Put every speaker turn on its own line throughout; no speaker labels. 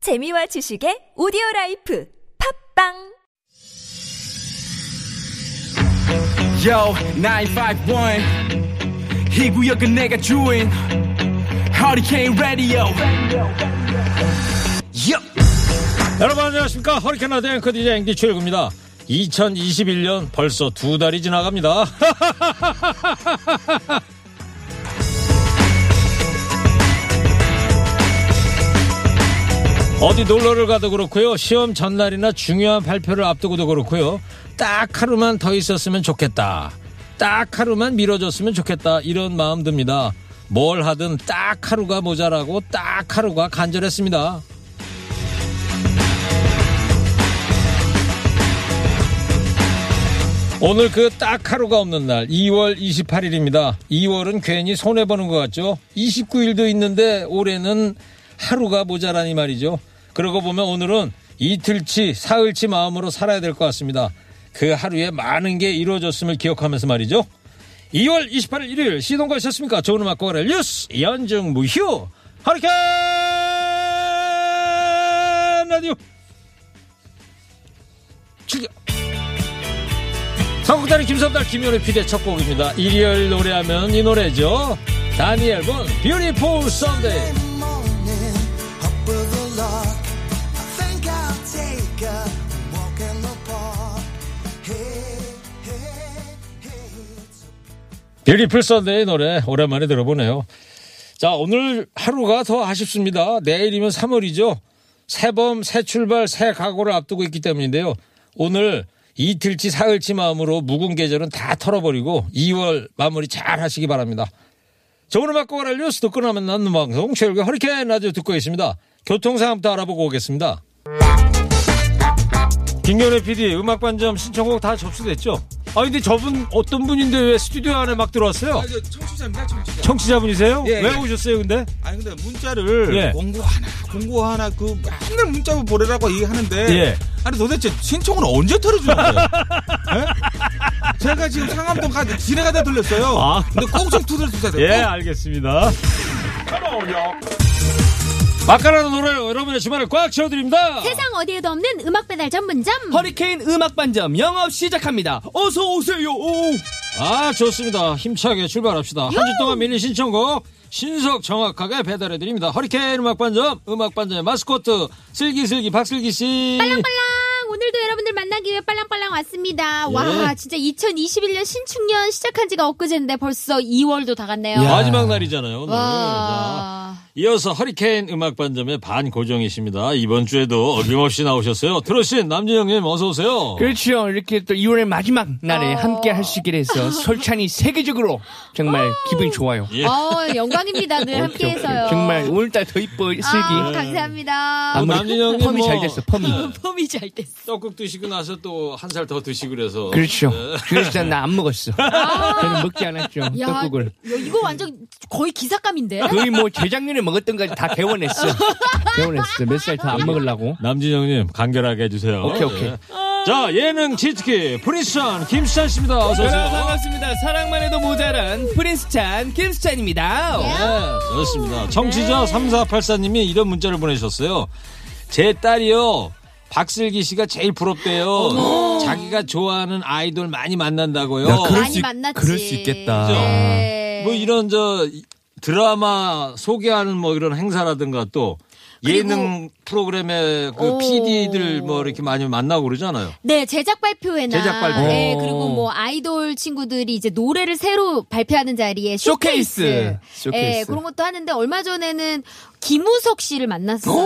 재미와 지식의 오디오 라이프 팝빵
Yo, 951. 이 구역은 내가 주인. Hurricane Radio. Yo.
여러분 안녕하십니까 허리케인 아드 앵커 DJ 앵디 최일구입니다 2021년 벌써 두 달이 지나갑니다 어디 놀러를 가도 그렇고요 시험 전날이나 중요한 발표를 앞두고도 그렇고요 딱 하루만 더 있었으면 좋겠다 딱 하루만 미뤄줬으면 좋겠다 이런 마음 듭니다 뭘 하든 딱 하루가 모자라고 딱 하루가 간절했습니다 오늘 그 딱 하루가 없는 날 2월 28일입니다. 2월은 괜히 손해보는 것 같죠? 29일도 있는데 올해는 하루가 모자라니 말이죠. 그러고 보면 오늘은 이틀치, 사흘치 마음으로 살아야 될 것 같습니다. 그 하루에 많은 게 이루어졌음을 기억하면서 말이죠. 2월 28일 일요일 시동 가셨습니까? 좋은 음악 고갈 뉴스 연중 무휴 하리케인 라디오 출격 성국단의 김선달 김연의 피디의 첫 곡입니다. 일요일 노래하면 이 노래죠. 다니엘 본 뷰티풀 선데이. 뷰티풀 선데이 노래 오랜만에 들어보네요. 자, 오늘 하루가 더 아쉽습니다. 내일이면 3월이죠. 새봄, 새 출발, 새 각오를 앞두고 있기 때문인데요. 오늘 이틀치 사흘치 마음으로 묵은 계절은 다 털어버리고 2월 마무리 잘 하시기 바랍니다. 좋은 음악 고갈 뉴스 듣고 나면 나는 방송 최일구 허리케인 라디오 듣고 있습니다. 교통상황부터 알아보고 오겠습니다. 김경래 PD 음악 반점 신청곡 다 접수됐죠? 아 근데 저분 어떤 분인데 왜 스튜디오 안에 막 들어왔어요?
아, 저 청취자입니다, 청취자.
청취자분이세요?
예,
왜
예.
오셨어요 근데?
아니 근데 문자를
예.
공고 하나, 공고 하나 그 맨날 문자 보내라고 얘기하는데
예.
아니 도대체 신청은 언제 털어주는 거예요? 예? 제가 지금 상암동 가다 지뢰가다 들렸어요.
아.
근데 꼭 좀 두드려주세요.
예
꼭.
알겠습니다. 마카라는 노래 여러분의 주말을 꽉 채워드립니다.
세상 어디에도 없는 음악 배달 전문점
허리케인 음악 반점 영업 시작합니다. 어서 오세요.
아 좋습니다 힘차게 출발합시다 한 주 동안 밀린 신청곡 신속 정확하게 배달해드립니다 허리케인 음악반점 음악반점의 마스코트 슬기슬기 박슬기씨
빨랑빨랑 오늘도 여러분들 만나기 위해 빨랑빨랑 왔습니다 와 진짜 2021년 신축년 시작한 지가 엊그제인데 벌써 2월도 다 갔네요
마지막 날이잖아요 오늘 자,
음,
와.
이어서 허리케인 음악반점의 반고정이십니다 이번 주에도 어김없이 나오셨어요 트로신 남진영님 어서오세요
그렇죠. 이렇게 또 2월의 마지막 날에
어.
함께 할 수 있게 해서 설찬이 세계적으로 정말 기분이 좋아요.
예.
어, 영광입니다 늘 어. 함께해서요
정말 오늘따라 더 이뻐 슬기.
아, 감사합니다
음.
아무-
아무리
남진영님
펌이
뭐-
잘 됐어. 펌이.
폼이 잘 됐어
떡국 드시고 나서 또 한 살 더 드시고 그래서
그렇죠. 그래서 난 나안 먹었어. 저는 먹지 않았죠.
아. 야,
떡국을.
야, 이거 완전 거의 기사감인데
그-
거의 뭐 재작년에 먹었던 거까지 다 개원했어. 개원했어. 몇 살 더 안 먹으려고.
남진영님 간결하게 해주세요
오케이, 오케이.
예. 자 예능 치트키 프리스찬 김수찬씨입니다
네.
어서오세요
네, 반갑습니다. 사랑만 해도 모자란 프린스 찬 김수찬입니다.
어?
네, 좋습니다. 청취자 3484님이 이런 문자를 보내셨어요. 제 딸이요. 박슬기 씨가 제일 부럽대요. 자기가 좋아하는 아이돌 많이 만난다고요.
많이 만났지
그럴 수 있겠다.
네.
뭐 이런 저 드라마 소개하는 뭐 이런 행사라든가 또 예능 프로그램의 그
오.
PD들 뭐 이렇게 많이 만나고 그러잖아요.
네, 제작 발표회나
제작 발표.
네, 그리고 뭐 아이돌 친구들이 이제 노래를 새로 발표하는 자리에
쇼케이스.
쇼케이스.
쇼케이스.
예, 그런 것도 하는데 얼마 전에는 김우석 씨를 만났어요.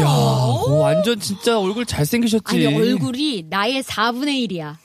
야, 오, 어, 완전 진짜 얼굴 잘생기셨지.
아니 얼굴이 나의 4분의 1이야.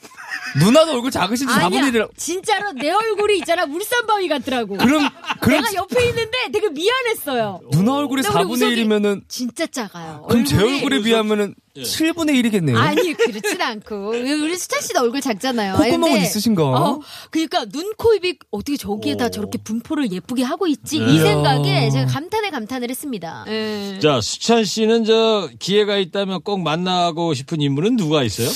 누나도 얼굴 작으신지 4분의
아니야.
1이라.
진짜로 내 얼굴이 있잖아. 물산바위 같더라고.
그럼, 그럼
내가 옆에 있는데 되게 미안했어요.
누나 얼굴이
근데 우리
4분의
우석이
1이면은,
진짜 작아요.
그럼 제 얼굴에 비하면은 칠분의일이겠네요
예. 아니 그렇진 않고 우리 수찬 씨도 얼굴 작잖아요.
콧구멍은
근데-
있으신가?
어, 그러니까 눈, 코, 입이 어떻게 저기에다 저렇게 분포를 예쁘게 하고 있지? 이
네.
이야.
어.
생각에 제가 감탄에 감탄을 했습니다. 예.
자, 수찬 씨는 저 기회가 있다면 꼭 만나고 싶은 인물은 누가 있어요?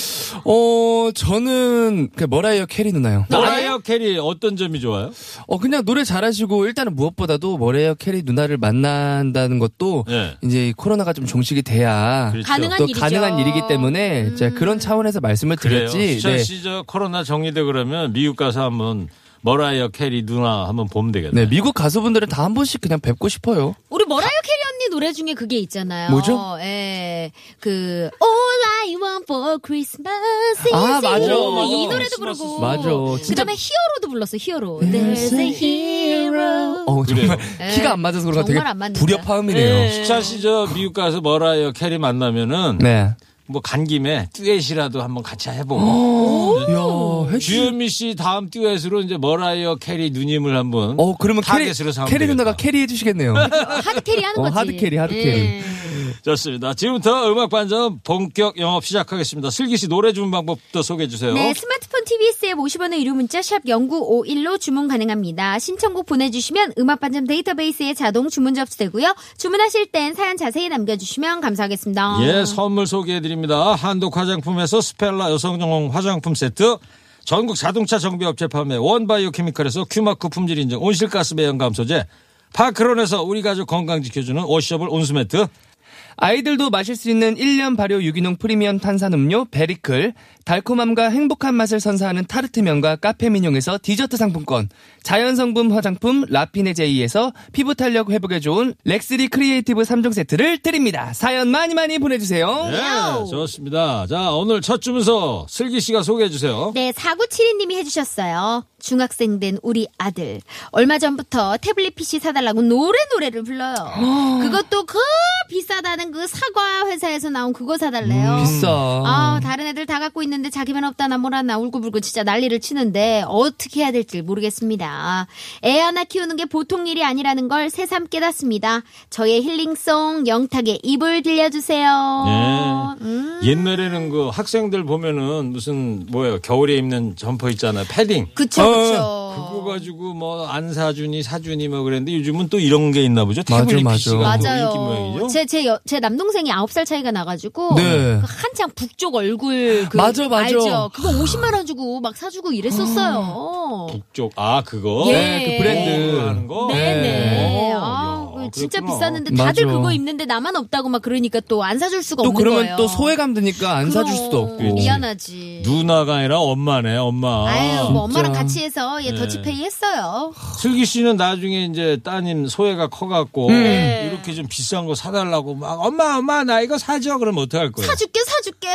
어, 저는, 그 뭐라 해요, 캐리 누나요.
머라이어 캐리 어떤 점이 좋아요?
어, 그냥 노래 잘하시고, 일단은 무엇보다도 머레어 캐리 누나를 만난다는 것도,
예.
이제 이 코로나가 좀 종식이 돼야,
그렇죠.
가능한
또
일이죠. 음.
가능한 일이기 때문에, 제가 그런 차원에서 말씀을
그래요.
드렸지.
수찬
네.
씨 저 코로나 정리돼 그러면 미국 가서 한번 머라이어 캐리 누나 한번 보면 되겠네.
네, 미국 가수분들은 다 한 번씩 그냥 뵙고 싶어요.
우리 머라이어 캐리 언니 노래 중에 그게 있잖아요.
뭐죠?
예. 그 All I Want for Christmas is
아, 맞아,
You.
맞아.
이 노래도 그러고.
맞아, 진짜.
그다음에 히어로도 불렀어. 히어로. There's a hero.
어, 정말
네.
키가 안 맞아서 그런가 되게
정말 안 맞는다.
불협화음이네요.
수찬 씨 저 미국 가서 머라이어 캐리 만나면은
네.
뭐 간 김에 듀엣이라도 한번 같이
어?
해보고.
야, 해-
주현미 씨 다음 듀엣으로 이제 머라이어 캐리 누님을 한번.
어, 그러면 캐리,
타겟으로 삼으면
캐리 누나가
되겠다.
캐리 해주시겠네요.
하드 캐리 하는
어,
거지. 예.
하드 캐리, 하드 캐리.
좋습니다. 지금부터 음악 반점 본격 영업 시작하겠습니다. 슬기 씨 노래 주문 방법부터 소개해 주세요.
네, 스마트폰 TBS 앱 50원의 유료 문자 샵 0951로 주문 가능합니다. 신청곡 보내주시면 음악반점 데이터베이스에 자동 주문 접수되고요. 주문하실 땐 사연 자세히 남겨주시면 감사하겠습니다. 네.
예, 선물 소개해 드립니다. 한독 화장품에서 스펠라 여성용 화장품 세트, 전국 자동차 정비업체 판매 원바이오 케미칼에서 큐마크 품질 인증 온실가스 매연 감소제, 파크론에서 우리 가족 건강 지켜주는 워셔블 온수매트,
아이들도 마실 수 있는 1년 발효 유기농 프리미엄 탄산음료 베리클, 달콤함과 행복한 맛을 선사하는 타르트면과 카페민용에서 디저트 상품권, 자연성분 화장품 라피네 제이에서 피부 탄력 회복에 좋은 렉스리 크리에이티브 3종 세트를 드립니다. 사연 많이 많이 보내주세요.
네.
예, 좋습니다. 자, 오늘 첫 주문서 슬기 씨가 소개해 주세요.
네, 4972님이 해주셨어요. 중학생 된 우리 아들. 얼마 전부터 태블릿 PC 사달라고 노래 노래를 불러요. 그것도 그 비싸다는 그 사과 회사에서 나온 그거 사달래요.
비싸.
아, 다른 애들 다 갖고 있는데 자기만 없다나 뭐라나 울고불고 진짜 난리를 치는데 어떻게 해야 될지 모르겠습니다. 애 하나 키우는 게 보통 일이 아니라는 걸 새삼 깨닫습니다. 저의 힐링송 영탁의 입을 들려주세요.
예.
음.
옛날에는 그 학생들 보면은 무슨 뭐예요 겨울에 입는 점퍼 있잖아요 패딩 어,
그쵸, 그쵸.
그거 가지고 뭐 안 사주니 사주니 뭐 그랬는데 요즘은 또 이런 게 있나 보죠
맞아,
태블릿
맞아.
PC가 뭐
뭐,
인기
맞아요.
모양이죠
제, 제, 여- 제 남동생이 9살 차이가 나가지고.
네.
그 한창 북쪽 얼굴. 그
맞아, 맞아.
알죠? 그거 50만원 주고 막 사주고 이랬었어요.
그
북쪽 아 그거
예.
네, 그 브랜드.
어, 뭐 하는 거
네네.
네.
아,
야,
진짜
그랬구나.
비쌌는데 다들
맞아.
그거 입는데 나만 없다고 막 그러니까 또 안 사줄 수가
또
없는
그러면
거예요.
또 소외감 드니까 안 사줄 수도
그럼.
없고.
미안하지.
누나가 아니라 엄마네 엄마
아유, 뭐 엄마랑 같이 해서 얘
네.
더치페이 했어요.
슬기 씨는 나중에 이제 따님 소해가 커갖고
네.
이렇게 좀 비싼 거 사달라고 막 엄마 엄마 나 이거 사줘 그러면 어떡할 거예요
사줄게, 사줄게.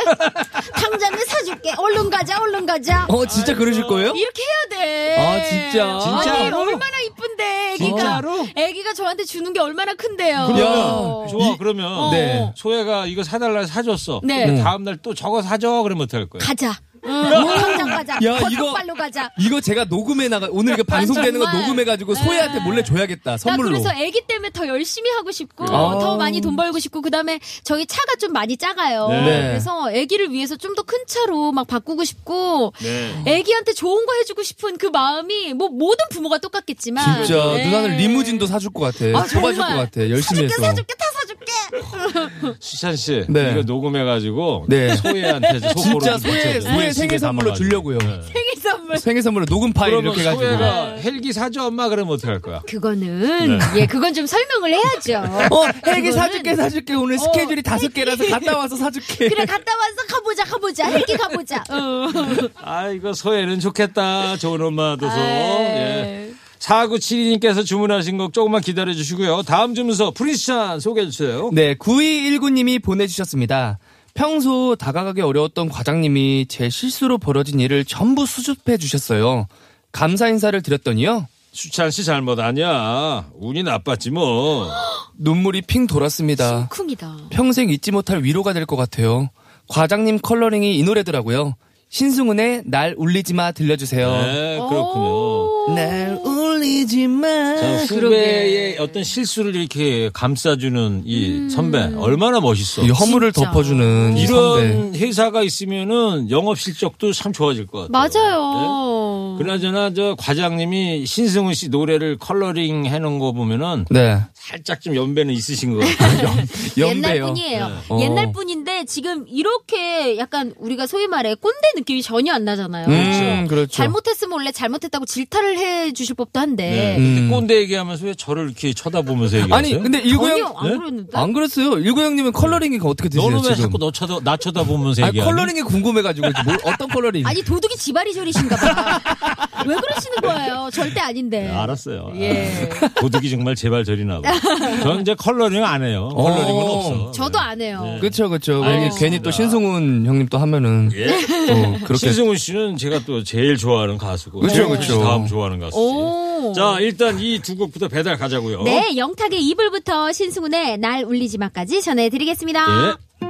당장에 사줄게. 얼른 가자, 얼른 가자.
어, 진짜 그러실 거예요?
이렇게 해야 돼.
아, 진짜.
아니,
진짜로?
얼마나 이쁜데, 애기가.
진짜로?
애기가 저한테 주는 게 얼마나 큰데요. 어.
그러면
좋아 그러면
네.
소혜가 이거 사달라 해서 사줬어.
네.
근데 다음 날 또 저거 사줘 그러면 어떡할 거예요?
가자. 당장 가자.
야,
거장
이거-
발로 가자.
이거 제가 녹음해 나가 오늘 이거 방송되는 거
아, 정말. 아.
녹음해가지고 소혜한테 몰래 줘야겠다
나
선물로.
그래서 애기 때문에 더 열심히 하고 싶고
아.
더 많이 돈 벌고 싶고 그다음에 저희 차가 좀 많이 작아요.
네.
그래서 애기를 위해서 좀 더 큰 차로 막 바꾸고 싶고
네.
애기한테 좋은 거 해주고 싶은 그 마음이 뭐 모든 부모가 똑같겠지만
진짜
네.
누나는 리무진도 사줄 것 같아.
아,
뽑아줄 것
정말.
같아. 열심히
사줄게
해서.
사줄게 다 사줄게.
수찬 씨
네.
이거 녹음해가지고
네.
소혜한테 속보로
진짜
좀
소혜,
붙여줘.
소혜 생일 선물로 주려고요.
네. 생일 선물.
생일 선물로 녹음 파일
그러면
이렇게 가지고.
소혜가 헬기 사줘 엄마 그러면 어떡할 거야?
그거는
네.
예 그건 좀 설명을 해야죠.
어, 헬기 사줄게, 사줄게. 오늘 스케줄이
어.
다섯 개라서 갔다 와서 사줄게.
그래 갔다 와서 가보자 가보자 헬기 가보자. 어.
아 이거 소혜는 좋겠다 좋은 엄마 돼서.
아, 어.
예.
에이.
4972님께서 주문하신 곡 조금만 기다려주시고요. 다음 주문서 프린스찬 소개해주세요.
네, 9219님이 보내주셨습니다. 평소 다가가기 어려웠던 과장님이 제 실수로 벌어진 일을 전부 수습해 주셨어요. 감사 인사를 드렸더니요.
수찬 씨 잘못 아니야. 운이 나빴지 뭐.
눈물이 핑 돌았습니다.
쿵이다.
평생 잊지 못할 위로가 될 것 같아요. 과장님 컬러링이 이 노래더라고요. 신승훈의 날 울리지 마 들려주세요.
네,
어.
그렇군요.
오.
날 울리지 마.
자, 후배의 어떤 실수를 이렇게 감싸주는 이 선배 얼마나 멋있어.
이 허물을
진짜.
덮어주는 이 선배.
이런 회사가 있으면은 영업 실적도 참 좋아질 것 같아요.
맞아요.
그나저나 저 과장님이 신승훈 씨 노래를 컬러링 해놓은 거 보면은
네.
살짝 좀 연배는 있으신 것 같아요. 네.
옛날
영배요.
분이에요.
어.
옛날 분인데 지금 이렇게 약간 우리가 소위 말해 꼰대 느낌이 전혀 안 나잖아요.
음, 그렇죠.
잘못했으면 원래 잘못했다고 질타를 해 주실 법도 한데
네.
음.
근데 꼰대 얘기하면서 왜 저를 이렇게 쳐다보면서 얘기하세요? 네?
아니, 근데 일구
전혀
형.
안 그러는데.
안 그랬어요. 일구 형님은 컬러링이 어떻게 되세요?
너는 왜
지금?
자꾸 너 쳐다, 나 쳐다보면서
아,
얘기하니?
컬러링이 궁금해가지고 뭘, 어떤 컬러링?
아니 도둑이 지바리절이신가 봐. 왜 그러시는 거예요? 절대 아닌데.
네, 알았어요. 네.
예.
도둑이 정말 제발 저리나 봐. 저는 이제 컬러링 안 해요. 컬러링은
어.
없어.
저도 안 해요.
네.
그렇죠, 그렇죠.
알겠습니다.
괜히 또 신승훈 형님 또 하면은 또 그렇게
예? 신승훈 씨는 제가 또 제일 좋아하는 가수고.
네. 그쵸,
최영훈
그쵸.
씨 다음 좋아하는 가수.
오.
자, 일단 이 두 곡부터 배달 가자고요.
네, 영탁의 이불부터 신승훈의 날 울리지 마까지 전해드리겠습니다.
예.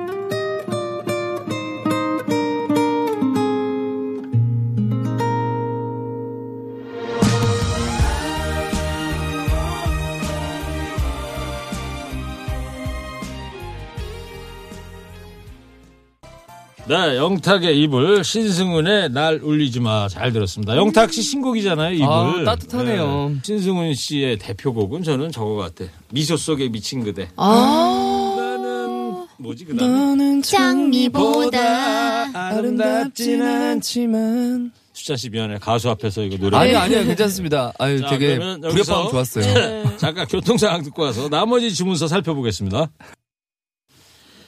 네, 영탁의 이불, 신승훈의 날 울리지 마. 잘 들었습니다. 영탁 씨 신곡이잖아요, 이불.
아, 따뜻하네요.
네. 신승훈 씨의 대표곡은 저는 저거 같아. 미소 속에 미친 그대.
어.
나는 뭐지 그 다음에
장미보다
아름답진 않지만 네.
수찬 씨 미안해 가수 앞에서 이거 노래
아니 아니요 괜찮습니다. 아유
자,
되게
그러면
불협화음
여기서- 네.
좋았어요.
잠깐 교통 상황 듣고 와서 나머지 주문서 살펴보겠습니다.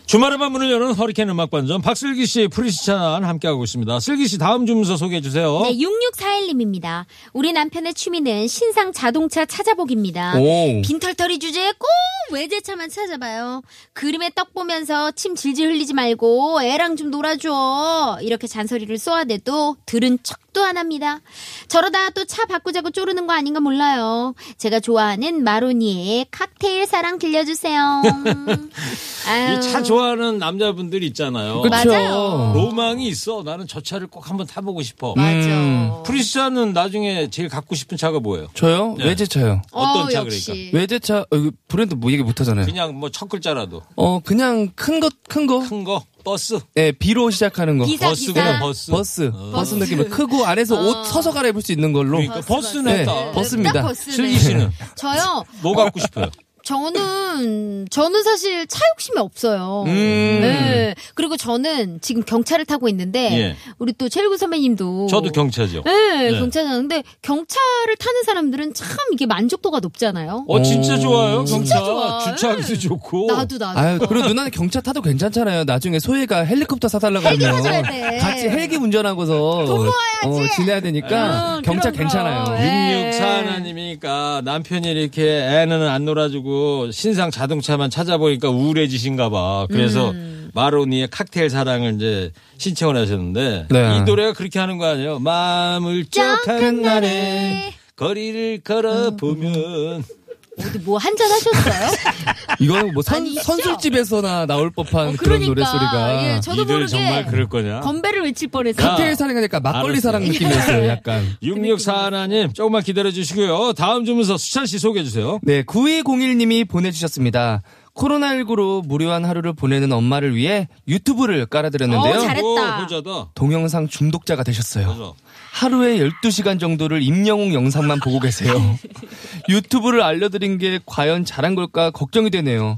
주말에만 문을 여는 허리케인 음악 반점 박슬기 씨 프리시찬 함께하고 있습니다. 슬기 씨 다음 주문서 소개해 주세요.
네, 6641님입니다. 우리 남편의 취미는 신상 자동차 찾아보기입니다.
오.
빈털터리 주제에 꼭 외제차만 찾아봐요. 그림에 떡 보면서 침 질질 흘리지 말고 애랑 좀 놀아줘. 이렇게 잔소리를 쏘아대도 들은 척도 안 합니다. 저러다 또 차 바꾸자고 쪼르는 거 아닌가 몰라요. 제가 좋아하는 마로니의 칵테일 사랑 들려주세요. 아유,
이 차 좋아하는 남자분들 있잖아요.
그쵸.
맞아요.
로망이 있어. 나는 저 차를 꼭 한번 타보고 싶어.
맞아.
음, 프리시찬은 나중에 제일 갖고 싶은 차가 뭐예요?
저요?
네.
외제차요.
어떤
어,
차
역시.
그러니까?
외제차 어, 이거 브랜드 뭐 얘기 못하잖아요.
그냥 뭐 첫 글자라도
어 그냥 큰 것 큰 거.
큰 거 버스
네 비로 시작하는 거.
기사, 기사.
버스구나 버스 어.
버스 버스 어. 느낌을 크고 안에서 옷 서서 갈아입을 수 있는 걸로.
그러니까 버스는
네
했다.
딱
버스입니다.
버스네.
슬기 씨는
저요.
뭐 갖고 싶어요?
저는 저는 사실 차 욕심이 없어요.
음.
네. 그리고 저는 지금 경차를 타고 있는데
예.
우리 또 최일구 선배님도
저도 경차죠.
네,
네.
경차잖아요. 근데 경차를 타는 사람들은 참 이게 만족도가 높잖아요.
어 진짜
오.
좋아요. 경차
진짜 좋아.
주차하기도 좋고.
나도 나도.
아유 그리고 누나는 경차 타도 괜찮잖아요. 나중에 소혜가 헬리콥터 사달라고
헬기
하면
사줘야 돼.
같이 헬기 운전하고서
네. 돈
어,
모아야지.
지내야 되니까
응,
경차
그럼, 그럼.
괜찮아요.
예.
664 하나님이니까 남편이 이렇게 애는 안 놀아주고 신상 자동차만 찾아보니까 우울해지신가 봐. 그래서
음.
마로니의 칵테일 사랑을 이제 신청을 하셨는데
네.
이 노래가 그렇게 하는 거 아니에요? 마음을 쩍한 날에 거리를
음.
걸어보면
어디 뭐 한잔 하셨어요?
이거는 뭐 선,
아니, 있죠?
선술집에서나 나올 법한 그런
그러니까
노래 소리가
예, 저도
이들
모르게
정말 그럴 거냐?
건배를 외칠 뻔했어요.
칵테일 사랑하니까 막걸리 사랑
예.
느낌이었어요. 약간.
664 하나님 조금만 기다려 주시고요. 다음 주문서 수찬 씨 소개해 주세요.
네, 9201님이 보내주셨습니다. 코로나19로 무료한 하루를 보내는 엄마를 위해 유튜브를 깔아드렸는데요.
어, 잘했다.
오, 효자다.
동영상 중독자가 되셨어요.
효자.
하루에 12시간 정도를 임영웅 영상만 보고 계세요. 유튜브를 알려드린 게 과연 잘한 걸까 걱정이 되네요.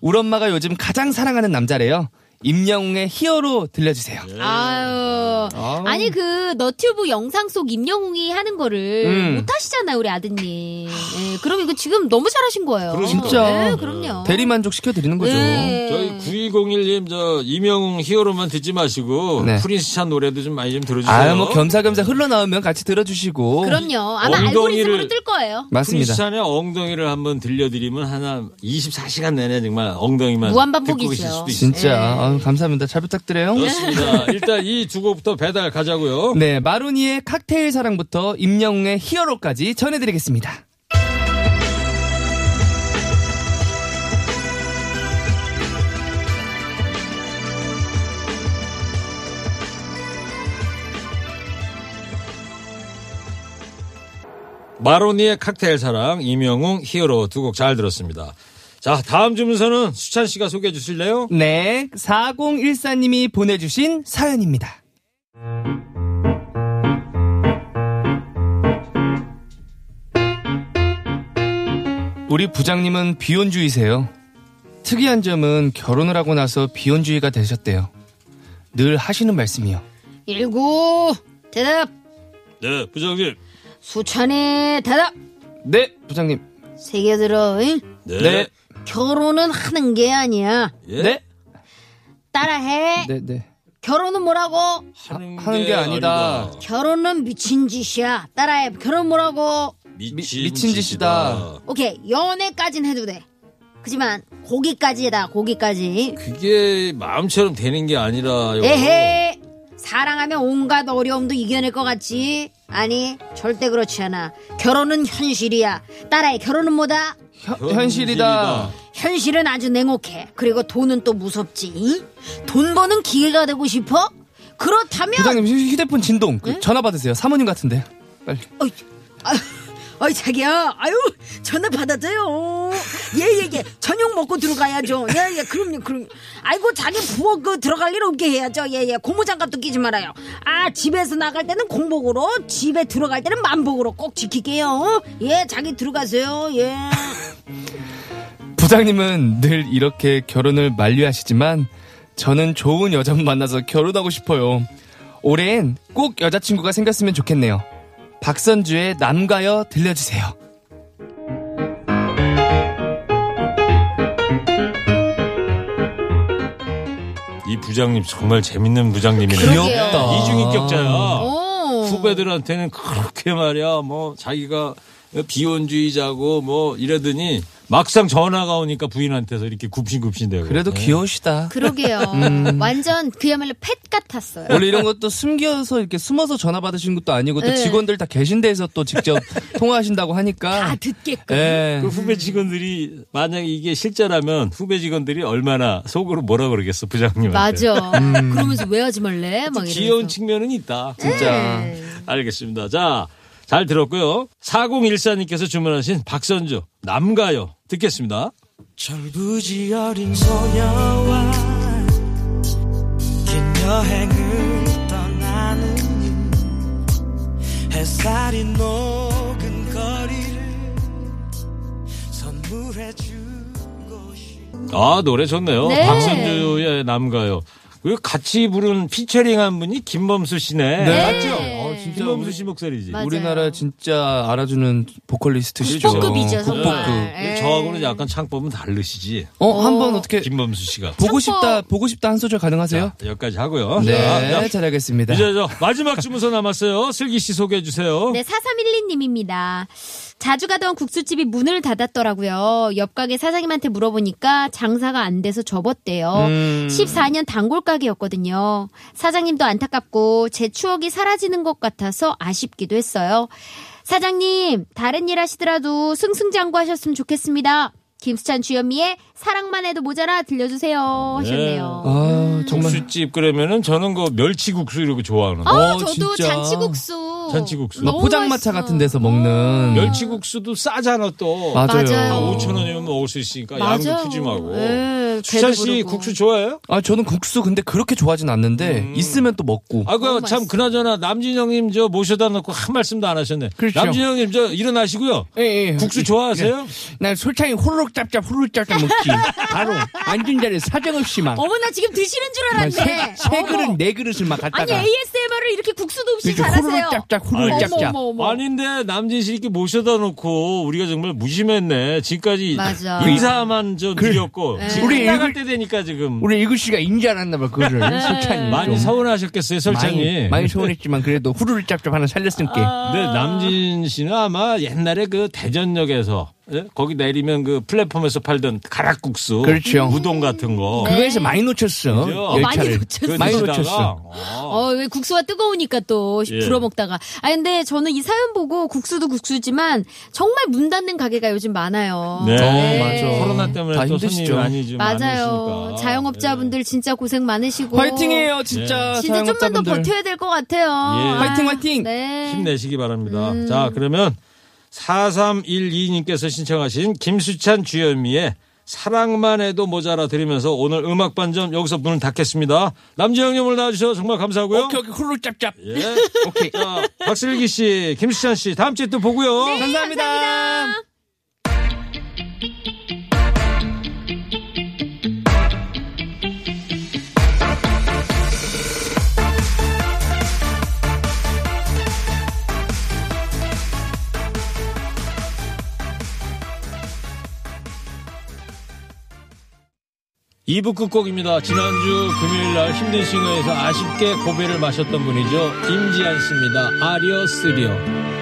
우리 엄마가 요즘 가장 사랑하는 남자래요. 임영웅의 히어로 들려주세요.
네. 아유. 아니 그 너튜브 영상 속 임영웅이 하는 거를
음.
못 하시잖아요, 우리 아드님. 예, 그럼 이거 지금 너무 잘하신 거예요.
그러시니까.
진짜. 음.
예, 그럼요.
대리만족 시켜드리는 거죠.
예.
저희 9201님 저 이명웅 히어로만 듣지 마시고
네.
프린스 찬 노래도 좀 많이 좀 들어주세요.
아유, 뭐 겸사겸사 흘러나오면 같이 들어주시고.
그럼요. 아마
엉덩이를-
알고리즘으로 뜰 거예요.
맞습니다.
프린스 찬의 엉덩이를 한번 들려드리면 하나 24시간 내내 정말 엉덩이만
무한반복이죠.
듣고 계실 수도 있습니다.
네.
진짜 아유, 감사합니다. 잘 부탁드려요.
그렇습니다. 일단 이 두 곡부터 배달 가자고요.
네, 마로니의 칵테일 사랑부터 임영웅의 히어로까지 전해드리겠습니다.
마로니의 칵테일 사랑, 이명웅 히어로 두 곡 잘 들었습니다. 자, 다음 주문서는 수찬 씨가 소개해 주실래요?
네, 4014님이 보내주신 사연입니다. 우리 부장님은 비혼주의세요. 특이한 점은 결혼을 하고 나서 비혼주의가 되셨대요. 늘 하시는 말씀이요.
일구 대답
네, 부장님.
수찬이 대답
네, 부장님.
새겨 들어 응?
네.
결혼은 하는 게 아니야
예?
네.
따라해
네, 네.
결혼은 뭐라고
하는,
하는 게 아니다.
결혼은 미친 짓이야 따라해 결혼 뭐라고
미친,
미- 미친 짓이다.
오케이 연애까진 해도 돼 그지만 고기까지다 고기까지
그게 마음처럼 되는 게 아니라. 요거.
에헤 사랑하면 온갖 어려움도 이겨낼 것 같지 아니 절대 그렇지 않아 결혼은 현실이야 따라해 결혼은 뭐다
현- 현실이다.
현실은 아주 냉혹해 그리고 돈은 또 무섭지 응? 돈 버는 기계가 되고 싶어 그렇다면
부장님 휴- 휴대폰 진동. 그 전화 받으세요. 사모님 같은데. 빨리.
어이, 아유, 어이 자기야, 아유 전화 받아줘요. 예예예, 저녁 먹고 들어가야죠. 예예, 그럼요, 그럼. 아이고 자기 부엌 그 들어갈 일 없게 해야죠. 예예, 고무장갑도 끼지 말아요. 아 집에서 나갈 때는 공복으로, 집에 들어갈 때는 만복으로 꼭 지킬게요. 예, 자기 들어가세요. 예.
부장님은 늘 이렇게 결혼을 만류하시지만 저는 좋은 여자 만나서 결혼하고 싶어요. 올해엔 꼭 여자친구가 생겼으면 좋겠네요. 박선주의 남가여 들려주세요.
이 부장님 정말 재밌는 부장님이네요.
그러게요.
이중인격자야.
어,
오.
후배들한테는 그렇게 말이야 뭐 자기가 비혼주의자고 뭐 이러더니 막상 전화가 오니까 부인한테서 이렇게 굽신굽신대요.
그래도 귀여우시다.
네. 그러게요.
음.
완전 그야말로 펫 같았어요.
원래 이런 것도 숨겨서 이렇게 숨어서 전화 받으신 것도 아니고
네.
또 직원들 다 계신 데에서 또 직접 통화하신다고 하니까.
아 듣겠군.
예.
그 후배 직원들이 만약 이게 실제라면 후배 직원들이 얼마나 속으로 뭐라 그러겠어 부장님한테.
맞아. 그러면서 왜 하지 말래? 막
귀여운
이러면서. 네.
측면은 있다.
네.
진짜.
알겠습니다. 자, 잘 들었고요. 4014님께서 주문하신 박선주 남가요 듣겠습니다.
철부지 어린 소녀와 긴 여행을 떠나는 일 햇살이 녹은 거리를 선물해주고 싶
아 노래 좋네요.
네.
박선주의 남가요. 그리고 같이 부른 피처링한 분이 김범수 씨네.
네.
맞죠?
네.
어, 진짜 김범수 씨 목소리지.
맞-
우리나라 진짜 알아주는 보컬리스트시죠.
국보급이죠, 정말.
국보급.
네.
저하고는 약간 창법은 다르시지.
어, 한번 어떻게
김범수 씨가.
보고 싶다, 보고 싶다 한 소절 가능하세요?
자, 여기까지 하고요. 자,
네,
야,
잘하겠습니다.
이제 저 마지막 주문서 남았어요. 슬기 씨 소개해 주세요. 음.
네, 4312님입니다. 자주 가던 국수집이 문을 닫았더라고요. 옆 가게 사장님한테 물어보니까 장사가 안 돼서 접었대요. 14년 단골 가게였거든요. 사장님도 안타깝고 제 추억이 사라지는 것 같아서 아쉽기도 했어요. 사장님, 다른 일 하시더라도 승승장구하셨으면 좋겠습니다. 김수찬 주현미의 사랑만 해도 모자라 들려주세요 하셨네요.
아, 정말.
국수집 그러면은 저는 그 멸치국수 이런 거 좋아하는 데
어,
어,
저도
진짜.
잔치국수.
잔치국수.
막
너무
포장마차
맛있어.
같은 데서 먹는.
멸치국수도 싸잖아 또.
맞아요.
맞아요.
5천 원이면 먹을 수 있으니까
어. 맞아요.
양도 푸짐하고.
예,
수찬
배도
씨
부르고.
국수 좋아해요?
아, 저는 국수 근데 그렇게 좋아하진 않는데, 있으면 또 먹고.
음. 아, 그 참 그나저나 남진영님 저 모셔다 놓고 한 말씀도 안 하셨네.
그렇죠.
남진영님 저 일어나시고요.
예, 예.
국수 좋아하세요?
난 솔창이 호로록 짭짭, 호로록 짭짭 먹지. 바로, 앉은 자리에 사정없이 막.
어머 나 지금 드시는 줄 알았네. 어머.
네 그릇을 막
아니 ASMR을 이렇게 국수도 없이 잘하세요.
호로록
어머 어머 어머.
아닌데 남진 씨 이렇게 모셔다 놓고 우리가 정말 무심했네. 지금까지
맞아. 예.
인사만 좀 드렸고 지금
그 우리
나갈
이걸-
때 되니까 지금
우리 일구 씨가 인지 않았나 봐, 그거를. 솔창이.
네. 많이
좀.
서운하셨겠어요, 설찬이. 아.
많이, 많이 서운했지만 그래도 후루룩 짭짭 하나 살렸음 게.
근데
아.
남진 씨는 아마 옛날에 그 대전역에서 예? 거기 내리면 그 플랫폼에서 팔던 가락국수,
그렇죠.
우동 같은 거.
네.
그거에서 많이 놓쳤어.
그죠? 어,
열차를.
많이
그거
많이
드시다가,
놓쳤어.
어,
아.
어, 왜 국수가 뜨거우니까 또
예.
불어 먹다가. 아 근데 저는 이 사연 보고 국수도 국수지만 정말 문 닫는 가게가 요즘 많아요.
네.
어, 맞아.
코로나 때문에
다
또 손님이
힘드시죠.
많이 좀
맞아요.
많으시니까. 네,
자영업자분들 진짜 고생 많으시고.
예. 화이팅해요, 진짜.
진짜 좀만 더
자영업자분들.
버텨야 될 것 같아요.
예.
아,
화이팅, 화이팅!
네.
힘내시기 바랍니다. 자, 그러면 4312님께서 신청하신 김수찬 주현미의 사랑만 해도 모자라 드리면서 오늘 음악 반점 여기서 문을 닫겠습니다. 남지영님 오늘 나와주셔서 정말 감사하고요.
오케이, 오케이, 후루룩 짭짭.
예. 오케이. 자, 박슬기 씨, 김수찬 씨, 다음 주에 또 보고요.
감사합니다.
이부 끝곡입니다. 지난주 금요일 날 힘든 싱어에서 아쉽게 고배를 마셨던 분이죠. 임지한 씨입니다. 아리어 쓰리어.